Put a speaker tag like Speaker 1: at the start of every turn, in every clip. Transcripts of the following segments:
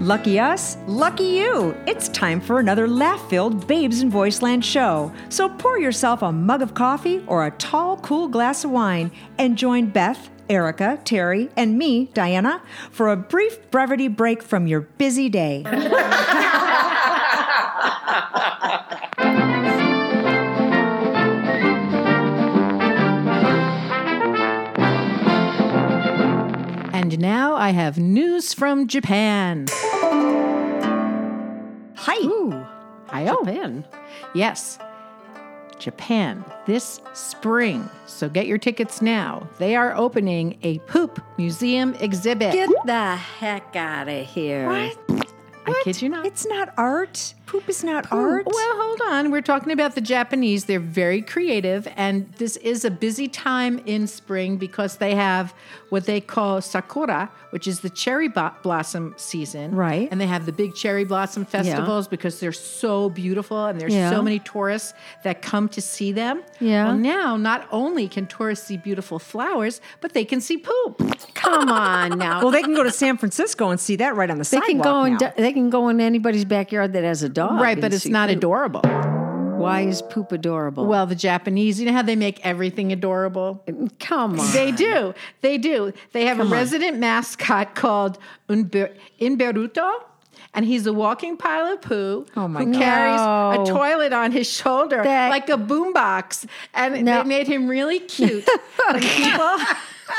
Speaker 1: Lucky us, lucky you! It's time for another laugh filled Babes in Voiceland show. So pour yourself a mug of coffee or a tall, cool glass of wine and join Beth, Erica, Terry, and me, Diana, for a brief brevity break from your busy day.
Speaker 2: And now I have news from Japan.
Speaker 1: Hi!
Speaker 2: I Japan. Yes. Japan this spring. So get your tickets now. They are opening a poop museum exhibit.
Speaker 3: Get the heck out of here.
Speaker 2: I kid you not.
Speaker 1: It's not art. Poop is not art.
Speaker 2: Well, hold on. We're talking about the Japanese. They're very creative, and this is a busy time in spring because they have what they call sakura, which is the cherry bo- blossom season.
Speaker 1: Right.
Speaker 2: And they have the big cherry blossom festivals because they're so beautiful, and there's
Speaker 3: Yeah.
Speaker 2: so many tourists that come to see them.
Speaker 3: Yeah.
Speaker 2: Well, now not only can tourists see beautiful flowers, but they can see poop.
Speaker 3: Come on now.
Speaker 1: Well, they can go to San Francisco and see that right on the
Speaker 3: they
Speaker 1: sidewalk.
Speaker 3: can go in
Speaker 1: now.
Speaker 3: they can go in anybody's backyard that has a dog.
Speaker 2: right, but
Speaker 3: and
Speaker 2: it's
Speaker 3: see
Speaker 2: not
Speaker 3: poop.
Speaker 2: adorable.
Speaker 3: Why is poop adorable?
Speaker 2: Well, the Japanese, you know how they make everything adorable?
Speaker 3: come on.
Speaker 2: They do. They do. They have a resident mascot called Unber- Inberuto, and he's a walking pile of poo
Speaker 1: Oh my
Speaker 2: who carries
Speaker 3: No.
Speaker 2: a toilet on his shoulder
Speaker 3: That-
Speaker 2: like a boombox. And
Speaker 3: No.
Speaker 2: they made him really cute. And people,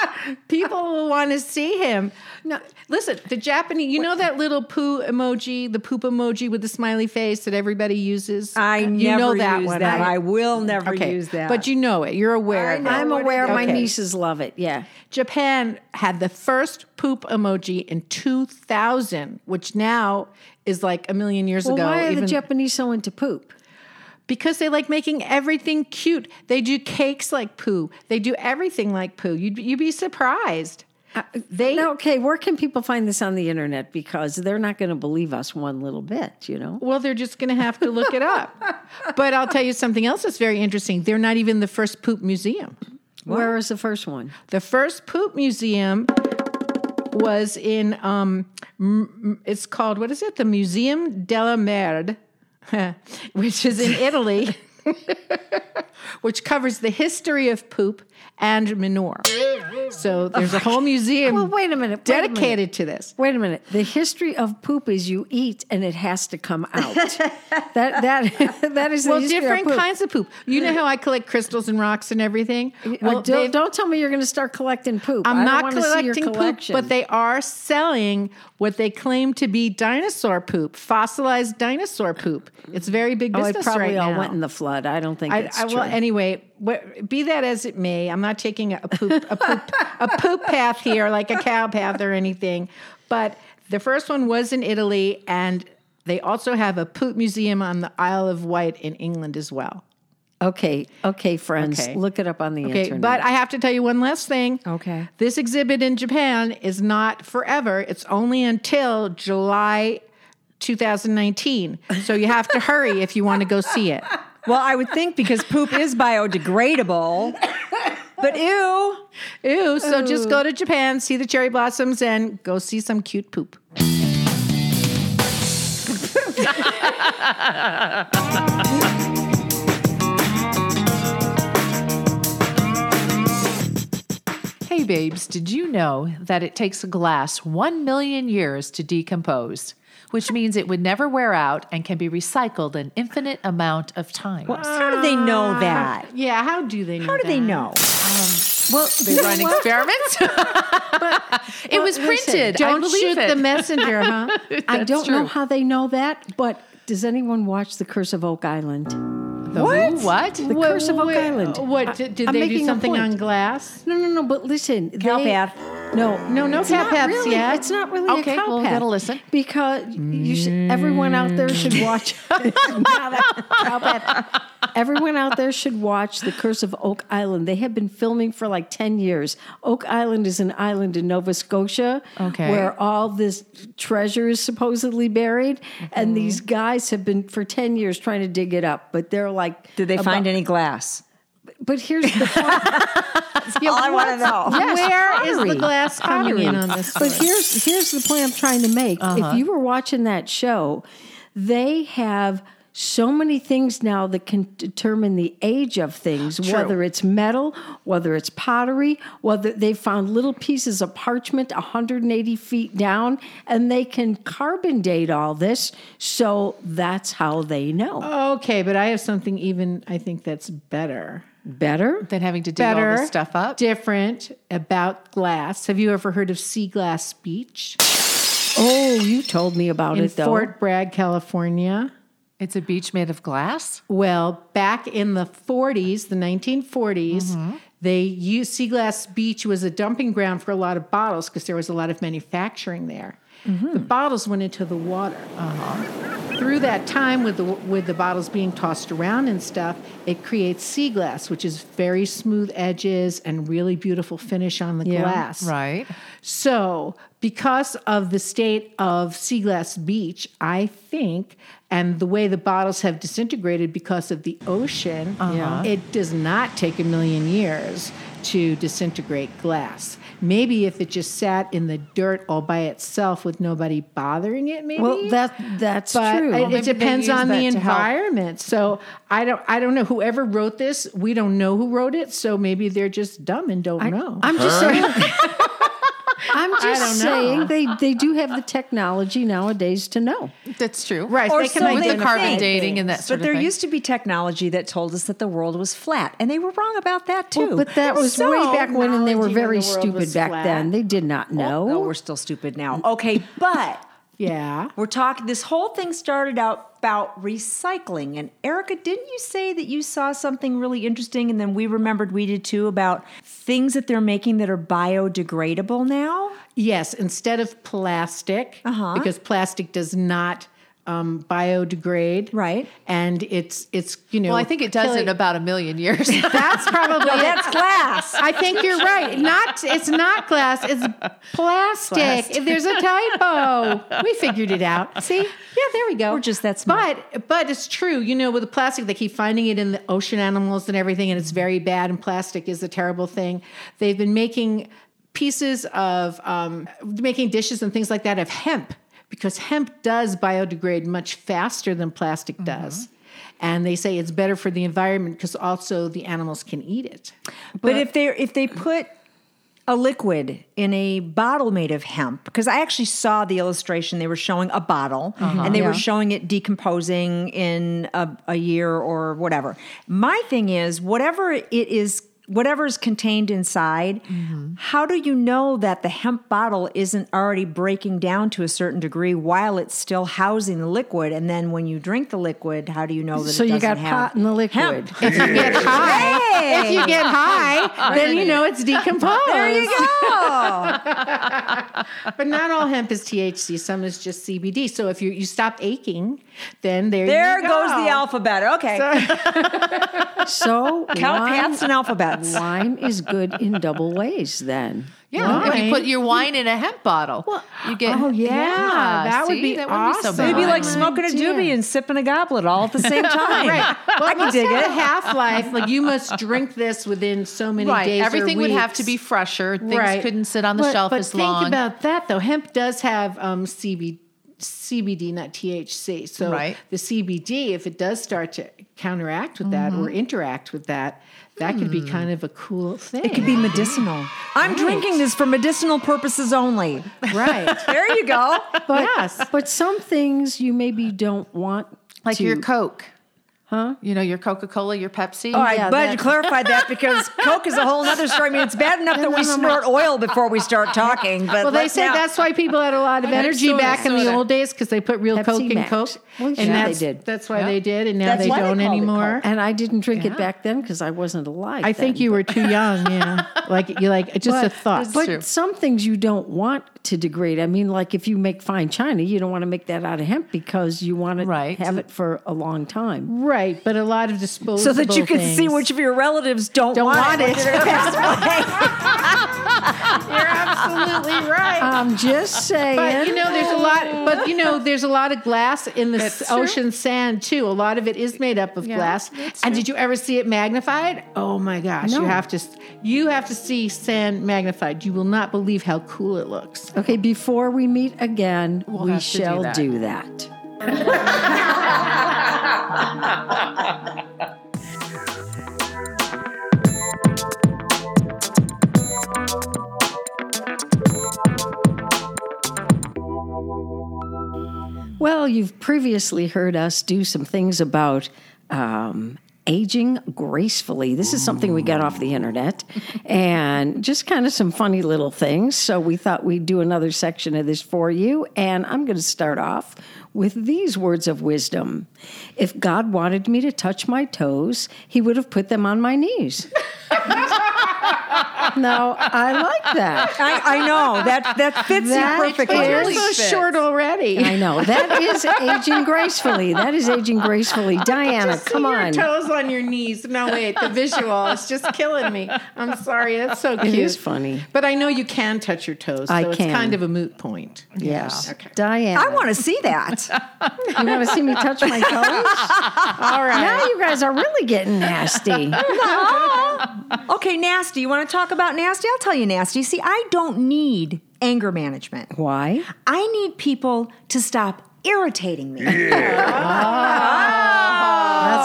Speaker 2: people will want to see him. No, listen, the Japanese, you know that little poo emoji, the poop emoji with the smiley face that everybody uses?
Speaker 1: I
Speaker 2: you
Speaker 1: never
Speaker 2: know that
Speaker 1: use
Speaker 2: one.
Speaker 1: that.
Speaker 2: right?
Speaker 1: I will never
Speaker 2: okay.
Speaker 1: use that.
Speaker 2: But you know it. You're aware
Speaker 1: I
Speaker 2: of it.
Speaker 1: know
Speaker 3: I'm
Speaker 1: what it
Speaker 3: aware
Speaker 1: is.
Speaker 3: my
Speaker 2: Okay.
Speaker 3: nieces love it. Yeah.
Speaker 2: Japan had the first poop emoji in 2000, which now is like a million years
Speaker 3: Well,
Speaker 2: ago.
Speaker 3: why are the
Speaker 2: even-
Speaker 3: Japanese so into poop?
Speaker 2: because they like making everything cute. They do cakes like poo. They do everything like poo. You'd, you'd be surprised. they
Speaker 3: Now, okay, where can people find this on the internet? Because they're not going to believe us one little bit, you know?
Speaker 2: Well, they're just going to have to look it up. but I'll tell you something else that's very interesting. They're not even the first poop museum.
Speaker 3: Where was the first one?
Speaker 2: The first poop museum was in um m- m- it's called what is it? The Museum della Merde, which is in Italy, which covers the history of poop and manure. So there's a whole museum
Speaker 3: Well, wait a minute. wait a minute.
Speaker 2: dedicated to this.
Speaker 3: Wait a minute. The history of poop is you eat and it has to come out. that that that is the
Speaker 2: Well,
Speaker 3: history of
Speaker 2: different
Speaker 3: poop.
Speaker 2: kinds of poop. You know how I collect crystals and rocks and everything? Well,
Speaker 3: Well,
Speaker 2: they've-
Speaker 3: don't, don't tell me you're going to start collecting poop. I
Speaker 2: I'm
Speaker 3: don't
Speaker 2: not
Speaker 3: wanna see your
Speaker 2: collecting poop,
Speaker 3: collection.
Speaker 2: but they are selling what they claim to be dinosaur poop, fossilized dinosaur poop. It's very big
Speaker 3: oh,
Speaker 2: business
Speaker 3: it probably
Speaker 2: right
Speaker 3: all
Speaker 2: now.
Speaker 3: went in the flood. I don't think
Speaker 2: I,
Speaker 3: that's
Speaker 2: I,
Speaker 3: true.
Speaker 2: well, anyway, what, be that as it may, I'm not taking a poop a poop a poop path here, like a cow path or anything. But the first one was in Italy, and they also have a poop museum on the Isle of Wight in England as well.
Speaker 3: okay, okay, friends,
Speaker 2: Okay.
Speaker 3: look it up on the
Speaker 2: Okay,
Speaker 3: internet.
Speaker 2: but I have to tell you one last thing.
Speaker 1: Okay.
Speaker 2: This exhibit in Japan is not forever. It's only until July 2019. So you have to hurry if you want to go see it.
Speaker 1: Well, I would think because poop is biodegradable. But ew.
Speaker 2: Ew, so just go to Japan, see the cherry blossoms and go see some cute poop.
Speaker 4: Hey, babes, did you know that it takes a glass 1 million years to decompose, which means it would never wear out and can be recycled an infinite amount of times?
Speaker 1: How do they
Speaker 3: Uh,
Speaker 1: know that?
Speaker 2: Yeah, how do they know?
Speaker 1: How do they know?
Speaker 3: well,
Speaker 4: They run experiments? it was
Speaker 3: listen,
Speaker 4: printed. I
Speaker 2: Don't
Speaker 4: believe
Speaker 2: shoot
Speaker 4: it.
Speaker 2: the messenger, huh?
Speaker 3: I
Speaker 4: That's
Speaker 3: don't know
Speaker 4: true.
Speaker 3: how they know that, but does anyone watch The Curse of Oak Island?
Speaker 4: The what? What?
Speaker 3: The Curse of Oak
Speaker 2: Wait,
Speaker 3: Island.
Speaker 2: What did, did
Speaker 3: I'm
Speaker 2: they do
Speaker 3: making a
Speaker 2: something
Speaker 3: point.
Speaker 2: on glass?
Speaker 3: No, no, no. But listen,
Speaker 1: Cow
Speaker 3: they-
Speaker 1: path.
Speaker 3: No,
Speaker 2: No, no
Speaker 3: it's
Speaker 2: cow
Speaker 3: not
Speaker 2: paths
Speaker 3: really,
Speaker 2: yet.
Speaker 3: It's not really
Speaker 4: Okay,
Speaker 3: a cow
Speaker 4: well,
Speaker 3: path.
Speaker 4: gotta listen.
Speaker 3: because you should, everyone out there should watch. It's not a cow path. Everyone out there should watch The Curse of Oak Island. They have been filming for like 10 years. Oak Island is an island in Nova Scotia
Speaker 4: Okay.
Speaker 3: where all this treasure is supposedly buried.
Speaker 1: Mm-hmm.
Speaker 3: And these guys have been for 10 years trying to dig it up, but they're like.
Speaker 1: Did they
Speaker 3: about-
Speaker 1: find any glass?
Speaker 3: But here's the point.
Speaker 1: That's all I want to know.
Speaker 2: Where is the
Speaker 4: pottery.
Speaker 2: glass coming in on this?
Speaker 3: But
Speaker 2: one?
Speaker 3: here's here's the point I'm trying to make. If you were watching that show, they have so many things now that can determine the age of things, whether it's metal, whether it's pottery, whether they found little pieces of parchment 180 feet down, and they can carbon date all this. So that's how they know.
Speaker 2: okay, but I have something even I think that's better.
Speaker 3: Better?
Speaker 4: Than having to dig all
Speaker 2: Better
Speaker 4: this stuff up.
Speaker 2: Different about glass. Have you ever heard of Sea Glass Beach
Speaker 3: Oh, you told me about
Speaker 2: in
Speaker 3: it though.
Speaker 2: Fort Bragg, California?
Speaker 4: It's a beach made of glass.
Speaker 2: Well, back in the 40s, the 1940s, they used Sea Glass Beach was a dumping ground for a lot of bottles because there was a lot of manufacturing there. The bottles went into the water. Through that time, with the with the bottles being tossed around and stuff, it creates sea glass, which is very smooth edges and really beautiful finish on the glass.
Speaker 4: Right.
Speaker 2: So, because of the state of Sea Glass Beach, I think, and the way the bottles have disintegrated because of the ocean,
Speaker 4: Uh-huh.
Speaker 2: it does not take a million years to disintegrate glass. Maybe if it just sat in the dirt all by itself with nobody bothering it, maybe.
Speaker 3: Well, that that's
Speaker 2: but it-
Speaker 3: true.
Speaker 2: it,
Speaker 4: maybe they
Speaker 2: depends
Speaker 4: use
Speaker 2: on the
Speaker 4: that to help.
Speaker 2: environment. So I don't, I don't know. Whoever wrote this, we don't know who wrote it. So maybe they're just dumb and don't know.
Speaker 3: I'm just saying. I'm just
Speaker 2: don't know.
Speaker 3: saying they, they do have the technology nowadays to know.
Speaker 4: That's true.
Speaker 2: Right,
Speaker 1: Or
Speaker 2: they Oh, can
Speaker 1: so
Speaker 2: make
Speaker 4: with the
Speaker 1: they
Speaker 4: carbon
Speaker 1: think.
Speaker 4: dating and that
Speaker 1: But
Speaker 4: sort
Speaker 1: there
Speaker 4: of thing.
Speaker 1: used to be technology that told us that the world was flat, and they were wrong about that too.
Speaker 3: Well, but that was
Speaker 1: So-
Speaker 3: way back when, and they
Speaker 2: Technology
Speaker 3: were
Speaker 2: when
Speaker 3: very
Speaker 2: the world
Speaker 3: stupid
Speaker 2: was
Speaker 3: back
Speaker 2: flat.
Speaker 3: then. They did not know.
Speaker 1: No, we're still stupid now. Okay, but
Speaker 2: yeah.
Speaker 1: we're talking. This whole thing started out about recycling. And Erica, didn't you say that you saw something really interesting, and then we remembered we did too about things that they're making that are biodegradable now?
Speaker 2: Yes, instead of plastic,
Speaker 1: Uh-huh.
Speaker 2: because plastic does not um, biodegrade,
Speaker 1: Right.
Speaker 2: And it's it's you know.
Speaker 4: well, I think it does in about a million years.
Speaker 2: That's probably it.
Speaker 1: That's glass.
Speaker 2: I think you're right. Not it's not glass. It's plastic. There's a typo. We figured it out. See? Yeah, there we go.
Speaker 1: We're just that smart.
Speaker 2: But but it's true. You know, with the plastic, they keep finding it in the ocean animals and everything, and it's very bad. And plastic is a terrible thing. They've been making pieces of um, making dishes and things like that of hemp because hemp does biodegrade much faster than plastic does.
Speaker 1: Mm-hmm.
Speaker 2: And they say it's better for the environment because also the animals can eat it.
Speaker 1: But, if they if they put a liquid in a bottle made of hemp, because I actually saw the illustration. They were showing a bottle,
Speaker 3: Uh-huh.
Speaker 1: and they were showing it decomposing in a, a year or whatever. My thing is, whatever it is, whatever is contained inside,
Speaker 3: Mm-hmm.
Speaker 1: how do you know that the hemp bottle isn't already breaking down to a certain degree while it's still housing the liquid? And then when you drink the liquid, how do you know that?
Speaker 3: so
Speaker 1: it
Speaker 3: you
Speaker 1: doesn't
Speaker 3: got
Speaker 1: have
Speaker 3: pot in the liquid.
Speaker 1: hemp?
Speaker 2: get high. If you get high, then you know it's decomposed.
Speaker 1: There you go.
Speaker 2: But not all hemp is THC. Some is just CBD. So if you you stop aching, then there
Speaker 1: There
Speaker 2: you go.
Speaker 1: goes the alphabet. Okay.
Speaker 3: So
Speaker 1: Count
Speaker 3: wine,
Speaker 1: paths and alphabets.
Speaker 3: wine is good in double ways. Then
Speaker 4: yeah. If you
Speaker 2: Wine.
Speaker 4: put your wine in a hemp bottle, you get.
Speaker 2: oh, yeah. That would
Speaker 4: see?
Speaker 2: be
Speaker 4: that
Speaker 2: awesome.
Speaker 4: Would be so
Speaker 1: It'd be
Speaker 4: bad.
Speaker 1: like smoking a doobie and sipping a goblet all at the same time.
Speaker 2: Right. Well,
Speaker 1: I
Speaker 2: it
Speaker 1: can
Speaker 2: must
Speaker 1: dig
Speaker 2: have
Speaker 1: it.
Speaker 2: a half life. Like you must drink this within so many
Speaker 4: right.
Speaker 2: days. or
Speaker 4: Everything would have to
Speaker 2: weeks.
Speaker 4: be fresher. Things
Speaker 2: Right.
Speaker 4: couldn't sit on the
Speaker 2: But-
Speaker 4: shelf
Speaker 2: but
Speaker 4: as
Speaker 2: think
Speaker 4: long.
Speaker 2: about that though. Hemp does have um, CB, CBD, not THC. So
Speaker 4: Right.
Speaker 2: the CBD, if it does start to counteract with that
Speaker 4: Mm-hmm.
Speaker 2: or interact with that, that could be
Speaker 4: Hmm.
Speaker 2: kind of a cool thing.
Speaker 1: It could be medicinal. I'm drinking this for medicinal purposes only.
Speaker 2: right.
Speaker 1: There you go.
Speaker 3: but
Speaker 2: Yes.
Speaker 3: but some things you maybe don't want.
Speaker 4: like
Speaker 3: to-
Speaker 4: your Coke. Huh? You know, your Coca Cola, your Pepsi.
Speaker 1: All right,
Speaker 3: Yeah,
Speaker 1: glad Oh, you
Speaker 3: that-
Speaker 1: clarified that because Coke is a whole other story. I mean, it's bad enough that we snort oil before we start talking. But
Speaker 2: Well, they
Speaker 1: let's
Speaker 2: say
Speaker 1: not-
Speaker 2: that's why people had a lot of energy
Speaker 4: soda,
Speaker 2: back in the
Speaker 4: soda.
Speaker 2: old days because they put real
Speaker 3: Pepsi
Speaker 2: Coke in
Speaker 3: Max.
Speaker 2: Coke,
Speaker 3: Well,
Speaker 2: and
Speaker 3: yeah, they
Speaker 2: that's,
Speaker 3: did.
Speaker 2: That's why they did, and now
Speaker 1: That's
Speaker 2: they
Speaker 1: why they
Speaker 2: don't
Speaker 1: called it
Speaker 2: anymore.
Speaker 3: And I didn't drink it back then because I wasn't alive.
Speaker 2: I think you were too young. Yeah, like you like just a thought.
Speaker 3: But
Speaker 4: true.
Speaker 3: some things you don't want to degrade. I mean, like if you make fine china, you don't want to make that out of hemp because you want to
Speaker 4: Right.
Speaker 3: have it for a long time.
Speaker 2: right, but a lot of disposable
Speaker 1: so that you can see
Speaker 2: things.
Speaker 1: which of your relatives don't,
Speaker 2: Don't want
Speaker 1: it. when
Speaker 2: it.
Speaker 1: they're gonna pass away.
Speaker 2: You're absolutely right.
Speaker 3: I'm just saying.
Speaker 2: But you know, there's a lot. But you know, there's a lot of glass in the s- ocean sand too. A lot of it is made up of glass. And did you ever see it magnified? Oh my gosh! You have to. s- You have to see sand magnified. You will not believe how cool it looks.
Speaker 3: okay, before we meet again, we
Speaker 4: have to do
Speaker 3: shall
Speaker 4: that.
Speaker 3: do that. Well, you've previously heard us do some things about um, aging gracefully. This is something we got off the internet and just kind of some funny little things. So we thought we'd do another section of this for you. And I'm going to start off with these words of wisdom If God wanted me to touch my toes, He would have put them on my knees. no, I like that.
Speaker 1: I, I know that that fits
Speaker 3: That
Speaker 1: you perfectly.
Speaker 3: is-
Speaker 2: You're
Speaker 3: Really
Speaker 2: so short already.
Speaker 3: I know. That is aging gracefully. That is aging gracefully. Diana,
Speaker 2: See
Speaker 3: come
Speaker 2: your
Speaker 3: on.
Speaker 2: toes on your knees. No, wait, the visual is just killing me. I'm sorry, that's so cute.
Speaker 3: is funny.
Speaker 2: But I know you can touch your toes, so
Speaker 3: I
Speaker 2: it's
Speaker 3: can.
Speaker 2: kind of a moot point.
Speaker 3: yes.
Speaker 2: Okay.
Speaker 3: Diana.
Speaker 1: I want to see that.
Speaker 3: you want to see me touch my toes?
Speaker 2: All right.
Speaker 3: now you guys are really getting nasty.
Speaker 1: Okay, nasty. You want to talk about nasty? I'll tell you nasty. See, I don't need anger management.
Speaker 3: Why?
Speaker 1: I need people to stop irritating me
Speaker 3: That's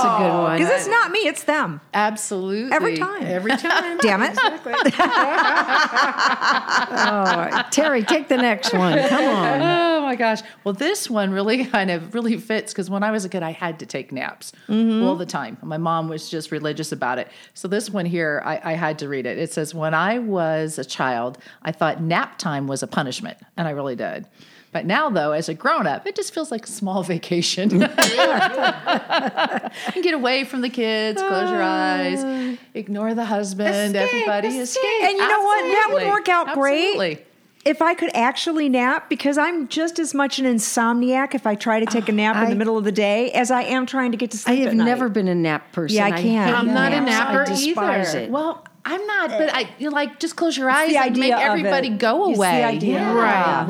Speaker 3: a good one.
Speaker 1: because it's not me, it's them.
Speaker 4: Absolutely.
Speaker 1: Every time.
Speaker 2: Every time.
Speaker 1: Damn it.
Speaker 3: Oh, Terry, take the next one. Come on.
Speaker 4: Oh my gosh. Well, this one really kind of really fits because when I was a kid, I had to take naps
Speaker 1: Mm-hmm.
Speaker 4: all the time. My mom was just religious about it. So this one here, I, I had to read it. It says, When I was a child, I thought nap time was a punishment, and I really did. But now, though, as a grown up, it just feels like a small vacation. and get away from the kids, close your eyes, ignore the husband, everybody escape.
Speaker 1: Ah. And you know what? That would
Speaker 4: Absolutely.
Speaker 1: work out great
Speaker 4: Absolutely.
Speaker 1: if I could actually nap because I'm just as much an insomniac if I try to take a nap in
Speaker 3: I-
Speaker 1: the middle of the day as I am trying to get to
Speaker 3: I
Speaker 1: sleep.
Speaker 3: have
Speaker 1: at night.
Speaker 3: never been a nap person.
Speaker 1: Yeah, I can't.
Speaker 3: hate
Speaker 1: I'm
Speaker 2: not a
Speaker 3: naps.
Speaker 2: napper
Speaker 3: I despise
Speaker 2: either.
Speaker 3: It.
Speaker 4: Well, I'm not, but I you know, like just close your eyes
Speaker 1: the
Speaker 4: and
Speaker 1: idea
Speaker 4: make
Speaker 1: of it.
Speaker 4: everybody go
Speaker 1: It's the
Speaker 4: away.
Speaker 1: idea.
Speaker 4: Yeah.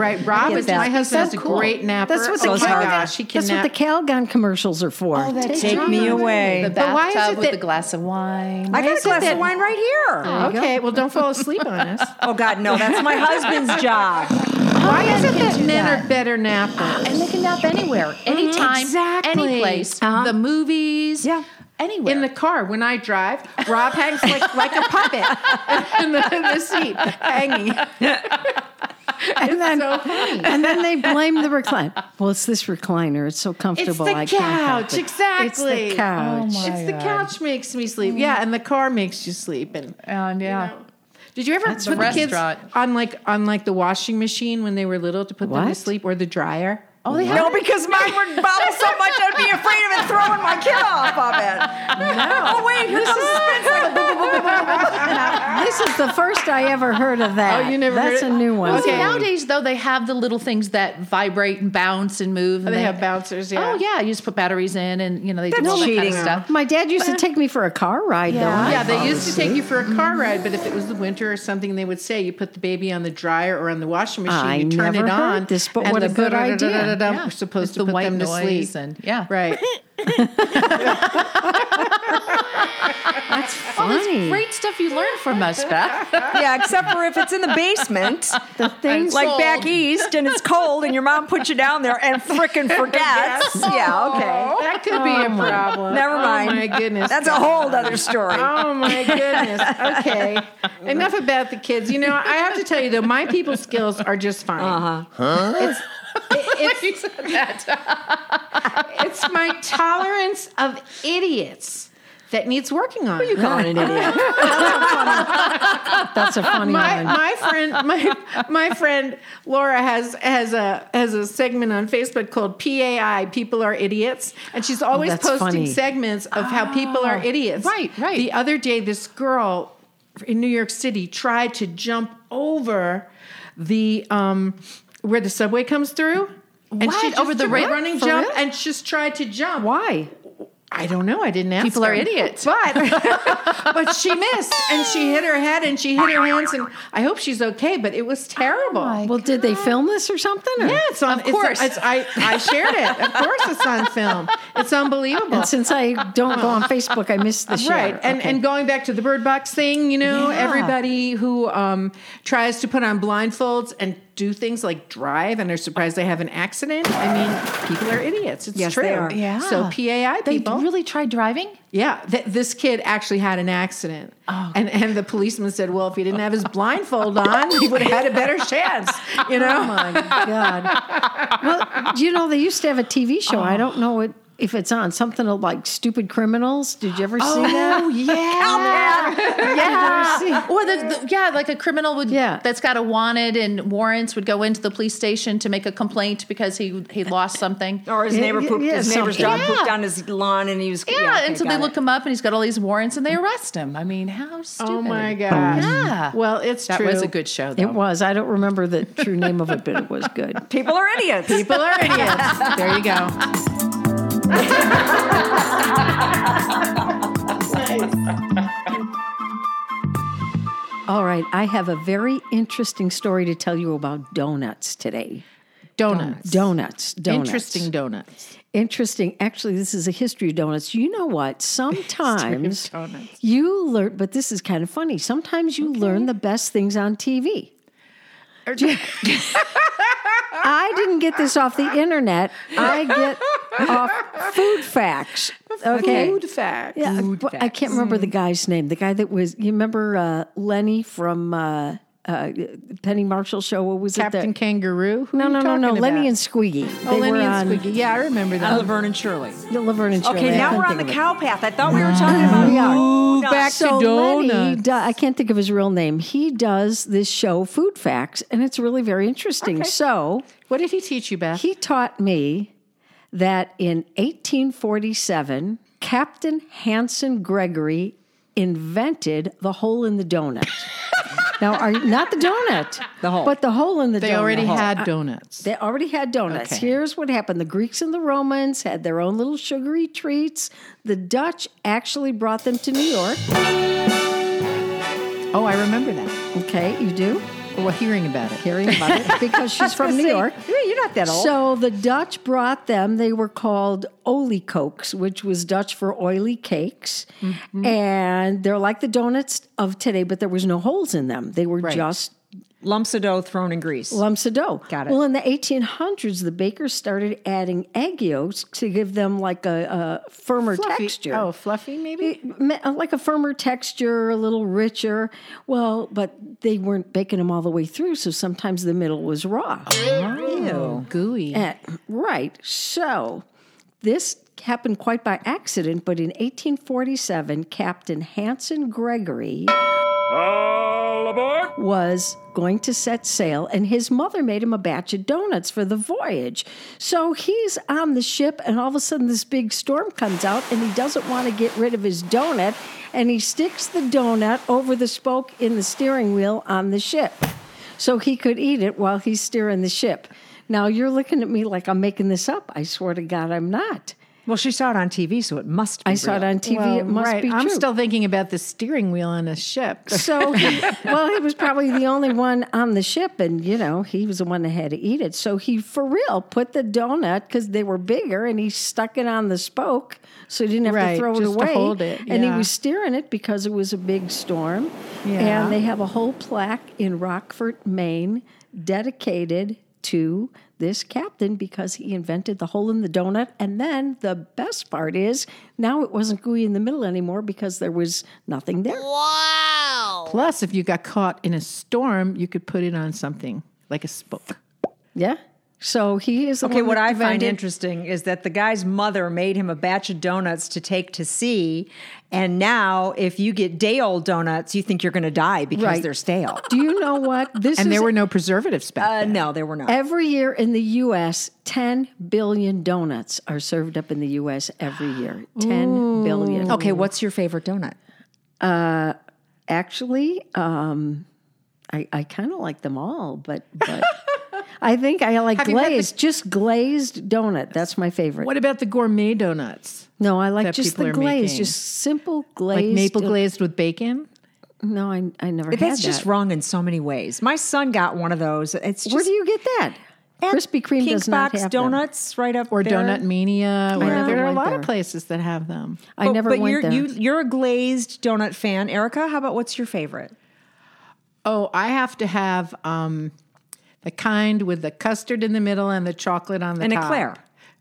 Speaker 2: Right, right. Rob
Speaker 1: get
Speaker 2: is
Speaker 1: that.
Speaker 2: my husband.
Speaker 4: So
Speaker 2: is a
Speaker 4: cool.
Speaker 2: great napper.
Speaker 3: that's what the
Speaker 2: oh my
Speaker 1: Calgon-
Speaker 2: gosh, he can
Speaker 3: that's
Speaker 2: nap.
Speaker 3: what the Calgon commercials are for.
Speaker 1: Take me away.
Speaker 4: The
Speaker 2: But why is
Speaker 4: bathtub
Speaker 2: it
Speaker 4: with
Speaker 2: that-
Speaker 4: a glass of wine.
Speaker 1: I got a
Speaker 2: is it
Speaker 1: glass
Speaker 2: that-
Speaker 1: of wine right here.
Speaker 2: Okay, well, don't fall asleep on us.
Speaker 1: Oh God, no, that's my husband's job.
Speaker 2: Why is it that men are better nappers?
Speaker 4: and they can nap anywhere, anytime, any
Speaker 2: Exactly.
Speaker 4: place. The movies.
Speaker 1: Yeah.
Speaker 4: Anywhere.
Speaker 2: In the car when I drive, Rob hangs like, like a puppet in the, in the seat, hanging.
Speaker 3: and then,
Speaker 2: so funny.
Speaker 3: and then they blame the recliner. Well, it's this recliner. It's so comfortable.
Speaker 2: the
Speaker 3: I can't help
Speaker 2: couch,
Speaker 3: it. It's
Speaker 2: exactly.
Speaker 3: the couch.
Speaker 4: my
Speaker 2: It's the couch makes me sleep. Yeah, and the car makes you sleep. And
Speaker 4: And yeah.
Speaker 2: Did you ever put the
Speaker 4: a
Speaker 2: kids
Speaker 4: restaurant.
Speaker 2: on like on like the washing machine when they were little to put them to
Speaker 3: What?
Speaker 2: sleep or the dryer?
Speaker 4: Oh, they
Speaker 1: No,
Speaker 4: have
Speaker 1: because mine would bobble so much I'd be afraid of it throwing my kid off of it. Oh wait, here's a
Speaker 3: This is the first I ever heard of that.
Speaker 2: Oh, you never heard
Speaker 3: That's
Speaker 2: it?
Speaker 3: a new one.
Speaker 4: See,
Speaker 2: Okay.
Speaker 4: nowadays though they have the little things that vibrate and bounce and move. And
Speaker 2: They have bouncers, yeah.
Speaker 4: Oh yeah, you just put batteries in, and you know they do
Speaker 1: That's
Speaker 4: all that kind of
Speaker 1: cheating.
Speaker 4: stuff.
Speaker 3: My dad used to take me for a car ride, though.
Speaker 2: Yeah, they used to take you for a car ride, but if it was the winter or something, they would say you put the baby on the dryer or on the washing machine,
Speaker 3: I
Speaker 2: you turn
Speaker 3: never
Speaker 2: it
Speaker 3: heard
Speaker 2: on.
Speaker 3: this, but
Speaker 2: and
Speaker 3: what a
Speaker 2: the
Speaker 3: good idea.
Speaker 2: da-da-da-da-da,
Speaker 4: Yeah.
Speaker 2: We're supposed
Speaker 4: It's
Speaker 2: to
Speaker 4: the
Speaker 2: put
Speaker 4: white
Speaker 2: them to
Speaker 4: noise
Speaker 2: sleep.
Speaker 4: and- yeah.
Speaker 2: right.
Speaker 3: That's
Speaker 2: Oh,
Speaker 3: funny.
Speaker 4: Great stuff you learn from us, Beth.
Speaker 1: Yeah, except for if it's in the basement,
Speaker 3: The things
Speaker 1: like back
Speaker 4: Cold.
Speaker 1: east, and it's cold, and your mom puts you down there and frickin' forgets. Yeah, okay.
Speaker 2: That could be a problem.
Speaker 1: Never mind.
Speaker 2: Oh my goodness.
Speaker 1: That's a whole other story.
Speaker 2: Oh my goodness. Okay. Enough about the kids. You know, I have to tell you though, my people skills are just fine. Uh-huh. It's, it- it's, it's my tolerance of idiots that needs working on. you
Speaker 1: Calling an idiot.
Speaker 3: That's a funny
Speaker 2: my,
Speaker 3: one.
Speaker 2: my friend my my friend Laura has has a has a segment on Facebook called PAI People Are Idiots and
Speaker 4: Oh,
Speaker 2: she's always
Speaker 3: that's
Speaker 2: posting
Speaker 3: funny.
Speaker 2: segments of how people are idiots.
Speaker 4: right, right.
Speaker 2: The other day this girl in New York City tried to jump over the um where the subway comes through. And
Speaker 4: What? Over the
Speaker 2: took a
Speaker 4: rail?
Speaker 2: running
Speaker 4: For
Speaker 2: jump
Speaker 4: real?
Speaker 2: and just tried to jump
Speaker 3: Why?
Speaker 2: I don't know. I didn't ask.
Speaker 4: People are
Speaker 2: her.
Speaker 4: idiots.
Speaker 2: but but she missed and she hit her head and she hit her hands and I hope she's okay. But it was terrible.
Speaker 3: Well, did they film this or something? or-
Speaker 2: yeah, it's on.
Speaker 4: Oh Of
Speaker 2: it's-
Speaker 4: course.
Speaker 2: it's- I I shared it. Of course, it's on film. It's unbelievable.
Speaker 3: And since I don't go on Facebook, I missed the show.
Speaker 2: Right. And and going back to the bird box thing, you know,
Speaker 1: Yeah.
Speaker 2: everybody who um, tries to put on blindfolds and do things like drive and are surprised they have an accident. I mean, people are idiots. It's
Speaker 1: Yes,
Speaker 2: true.
Speaker 1: they are.
Speaker 4: Yeah.
Speaker 2: So PAI
Speaker 4: They
Speaker 2: people.
Speaker 4: really tried driving?
Speaker 2: yeah. Th- this kid actually had an accident.
Speaker 4: Oh.
Speaker 2: And and the policeman said, "Well, if he didn't have his blindfold on, he would have had a better chance." You know.
Speaker 3: Oh my god! Well, you know they used to have a TV show. I don't know what if it's on something like Stupid Criminals. Did you ever see that?
Speaker 2: Oh, yeah.
Speaker 3: Yeah. Did you ever see?
Speaker 4: Or the, the yeah, like a criminal would
Speaker 3: Yeah.
Speaker 4: that's got a wanted and warrants would go into the police station to make a complaint because he he lost something.
Speaker 1: Or his
Speaker 3: Yeah,
Speaker 1: neighbor
Speaker 3: yeah,
Speaker 1: pooped.
Speaker 3: yeah,
Speaker 1: his neighbor's
Speaker 3: something.
Speaker 1: dog
Speaker 4: Yeah.
Speaker 1: pooped down his lawn, and he was
Speaker 4: Yeah,
Speaker 1: okay,
Speaker 4: and so they
Speaker 1: got
Speaker 4: look
Speaker 1: it.
Speaker 4: him up and he's got all these warrants and they arrest him. I mean, how stupid.
Speaker 2: Oh my gosh.
Speaker 4: Yeah.
Speaker 2: Well, it's
Speaker 4: that
Speaker 2: true.
Speaker 4: was a good show though.
Speaker 3: It was. I don't remember the true name of it, but it was good.
Speaker 1: People are idiots.
Speaker 2: People are idiots. there you go.
Speaker 3: All right, I have a very interesting story to tell you about donuts today.
Speaker 2: Donuts.
Speaker 3: Donuts, donuts.
Speaker 2: Interesting donuts.
Speaker 3: Interesting. Actually, this is a history of donuts. You know what? Sometimes you learn, but this is kind of funny. Sometimes you learn the best things on TV.
Speaker 2: Er,
Speaker 3: I didn't get this off the internet. I get off food facts. Okay.
Speaker 2: Food facts.
Speaker 3: Yeah, I- but I can't remember the guy's name. The guy that was you remember uh, Lenny from uh, uh, Penny Marshall show? What was it?
Speaker 2: Captain
Speaker 3: the-
Speaker 2: Kangaroo. Who
Speaker 3: no,
Speaker 2: are
Speaker 3: no,
Speaker 2: you
Speaker 3: no, no.
Speaker 2: talking
Speaker 3: Lenny
Speaker 2: about?
Speaker 3: and Squeaky.
Speaker 2: Oh,
Speaker 3: They
Speaker 2: Lenny
Speaker 3: were
Speaker 2: and
Speaker 3: on-
Speaker 2: Squeaky. Yeah, I remember that.
Speaker 1: Laverne and Shirley.
Speaker 3: Laverne and Shirley.
Speaker 1: Okay,
Speaker 3: I
Speaker 1: now
Speaker 3: couldn't
Speaker 1: we're on the
Speaker 3: think of it.
Speaker 1: cow path. I thought we were talking about Oh,
Speaker 3: We are.
Speaker 1: Ooh,
Speaker 2: back
Speaker 1: nuts.
Speaker 2: to
Speaker 3: So Lenny,
Speaker 2: donuts.
Speaker 3: do- I can't think of his real name. He does this show, Food Facts, and it's really very interesting. So
Speaker 2: What did he teach you, Beth?
Speaker 3: he taught me that in 1847, Captain Hanson Gregory invented the hole in the donut. now, are not the donut, the
Speaker 1: hole.
Speaker 3: but the hole in the
Speaker 2: they Uh,
Speaker 3: donut.
Speaker 2: already had donuts.
Speaker 3: They already had donuts.
Speaker 2: Okay.
Speaker 3: Here's what happened the Greeks and the Romans had their own little sugary treats. The Dutch actually brought them to New York.
Speaker 2: oh, I remember that.
Speaker 3: Okay, you do?
Speaker 2: Well, hearing about it.
Speaker 3: Hearing about it because she's from New York.
Speaker 1: Yeah, you're not that old.
Speaker 3: So the Dutch brought them. They were called oliekoeks, which was Dutch for oily cakes.
Speaker 2: Mm-hmm.
Speaker 3: And they're like the donuts of today, but there was no holes in them. They were just
Speaker 1: Lumps of dough thrown in grease.
Speaker 3: lumps of dough.
Speaker 1: Got it.
Speaker 3: Well, in the 1800s, the bakers started adding egg yolks to give them like a, a firmer
Speaker 2: Fluffy-
Speaker 3: texture
Speaker 2: Oh, fluffy maybe?
Speaker 3: me- uh, like a firmer texture, a little richer. Well, but they weren't baking them all the way through, so sometimes the middle was raw.
Speaker 2: Oh, gooey.
Speaker 3: Eh, right. So this happened quite by accident, but in 1847, Captain Hanson Gregory was going to set sail, and his mother made him a batch of donuts for the voyage. So he's on the ship, and all of a sudden, this big storm comes out, and he doesn't want to get rid of his donut, and he sticks the donut over the spoke in the steering wheel on the ship so he could eat it while he's steering the ship. Now you're looking at me like I'm making this up. I swear to God, I'm not.
Speaker 1: well, she saw it on TV, so it must be
Speaker 3: I saw it
Speaker 1: real.
Speaker 3: on TV.
Speaker 2: Well,
Speaker 3: it must
Speaker 2: right.
Speaker 3: be true.
Speaker 2: I'm still thinking about the steering wheel on a ship.
Speaker 3: So, he- well, he was probably the only one on the ship, and you know, he was the one that had to eat it. So he, for real, put the donut because they were bigger, and he stuck it on the spoke, so he didn't have
Speaker 2: Right,
Speaker 3: to throw it
Speaker 2: just to
Speaker 3: away.
Speaker 2: hold it,
Speaker 3: And he
Speaker 2: yeah.
Speaker 3: was steering it because it was a big storm.
Speaker 2: Yeah.
Speaker 3: And they have a whole plaque in Rockford, Maine, dedicated to this captain because he invented the hole in the donut. And then the best part is now it wasn't gooey in the middle anymore because there was nothing there.
Speaker 2: Plus, if you got caught in a storm, Um, you could put it on something like a spoke.
Speaker 3: Yeah. So he is the
Speaker 1: Okay,
Speaker 3: one
Speaker 1: what
Speaker 3: that
Speaker 1: I find
Speaker 3: invented-
Speaker 1: interesting is that the guy's mother made him a batch of donuts to take to sea, and now if you get day old donuts, you think you're going to die because
Speaker 3: Right.
Speaker 1: they're stale.
Speaker 3: Do you know what this
Speaker 2: And
Speaker 3: is?
Speaker 2: there were no preservatives back
Speaker 1: Uh,
Speaker 2: then.
Speaker 1: no, they were not.
Speaker 3: every year in the U.S. Ten billion donuts are served up in the U.S. every year. Ten billion.
Speaker 1: okay, what's your favorite donut?
Speaker 3: Actually, um, I, I kind of like them all, but but I think I like
Speaker 4: Have you had the-
Speaker 3: glazed, just glazed donut. That's my favorite.
Speaker 2: What about the gourmet donuts?
Speaker 3: no, I like
Speaker 2: that
Speaker 3: just
Speaker 2: people
Speaker 3: the
Speaker 2: are
Speaker 3: glaze,
Speaker 2: making?
Speaker 3: just simple
Speaker 2: Like
Speaker 3: glazed.
Speaker 2: maple glazed with bacon?
Speaker 3: No, I, I never had
Speaker 1: That's
Speaker 3: that.
Speaker 1: just wrong in so many ways. My son got one of those. It's just
Speaker 3: Where do you get that?
Speaker 1: at
Speaker 3: Krispy Kreme
Speaker 1: Pink
Speaker 3: does not
Speaker 1: Box
Speaker 3: have them.
Speaker 1: donuts right up
Speaker 2: Or
Speaker 1: there.
Speaker 2: Donut Mania? Or
Speaker 3: never
Speaker 2: there are a
Speaker 3: went
Speaker 2: lot
Speaker 3: there.
Speaker 2: of places that have them.
Speaker 3: I
Speaker 1: But-
Speaker 3: never
Speaker 1: Oh, but
Speaker 3: went
Speaker 1: you're,
Speaker 3: there.
Speaker 1: You, you're a glazed donut fan, Erica. How about what's your favorite?
Speaker 2: Oh, I have to have um, the kind with the custard in the middle and the chocolate on the
Speaker 1: An
Speaker 2: top.
Speaker 1: eclair.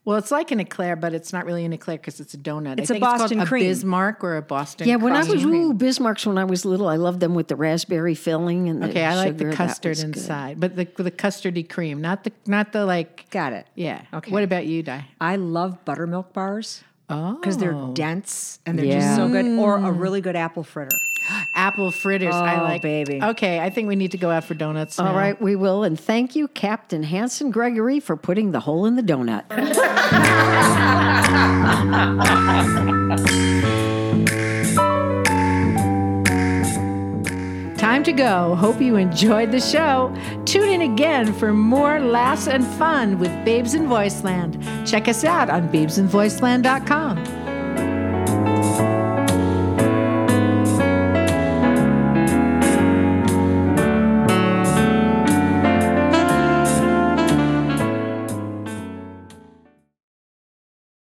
Speaker 2: Well, it's like an eclair, but it's not really an eclair because it's a donut.
Speaker 1: It's a
Speaker 2: think called
Speaker 1: Boston cream.
Speaker 2: a Bismarck or a Boston.
Speaker 3: yeah, when I
Speaker 2: cream.
Speaker 3: was ooh, Bismarck's when I was little, I loved them with the raspberry filling and the
Speaker 2: okay, I like the
Speaker 3: sugar. That
Speaker 2: custard
Speaker 3: was good.
Speaker 2: inside, but the the custardy cream, not the not the like.
Speaker 1: Got it.
Speaker 2: Yeah.
Speaker 1: Okay.
Speaker 2: What about you, Di?
Speaker 1: I love buttermilk bars
Speaker 2: Oh,
Speaker 1: because they're dense and they're
Speaker 3: Yeah.
Speaker 1: just so good. Or a really good apple fritter.
Speaker 2: apple fritters. I
Speaker 1: Oh,
Speaker 2: like
Speaker 1: baby.
Speaker 2: Okay, I think we need to go out for donuts.
Speaker 3: All
Speaker 2: now.
Speaker 3: right, we will. And thank you, Captain Hanson Gregory, for putting the hole in the donut.
Speaker 2: Time to go. Hope you enjoyed the show. Tune in again for more laughs and fun with Babes in Voiceland. Check us out on babesandvoiceland.com.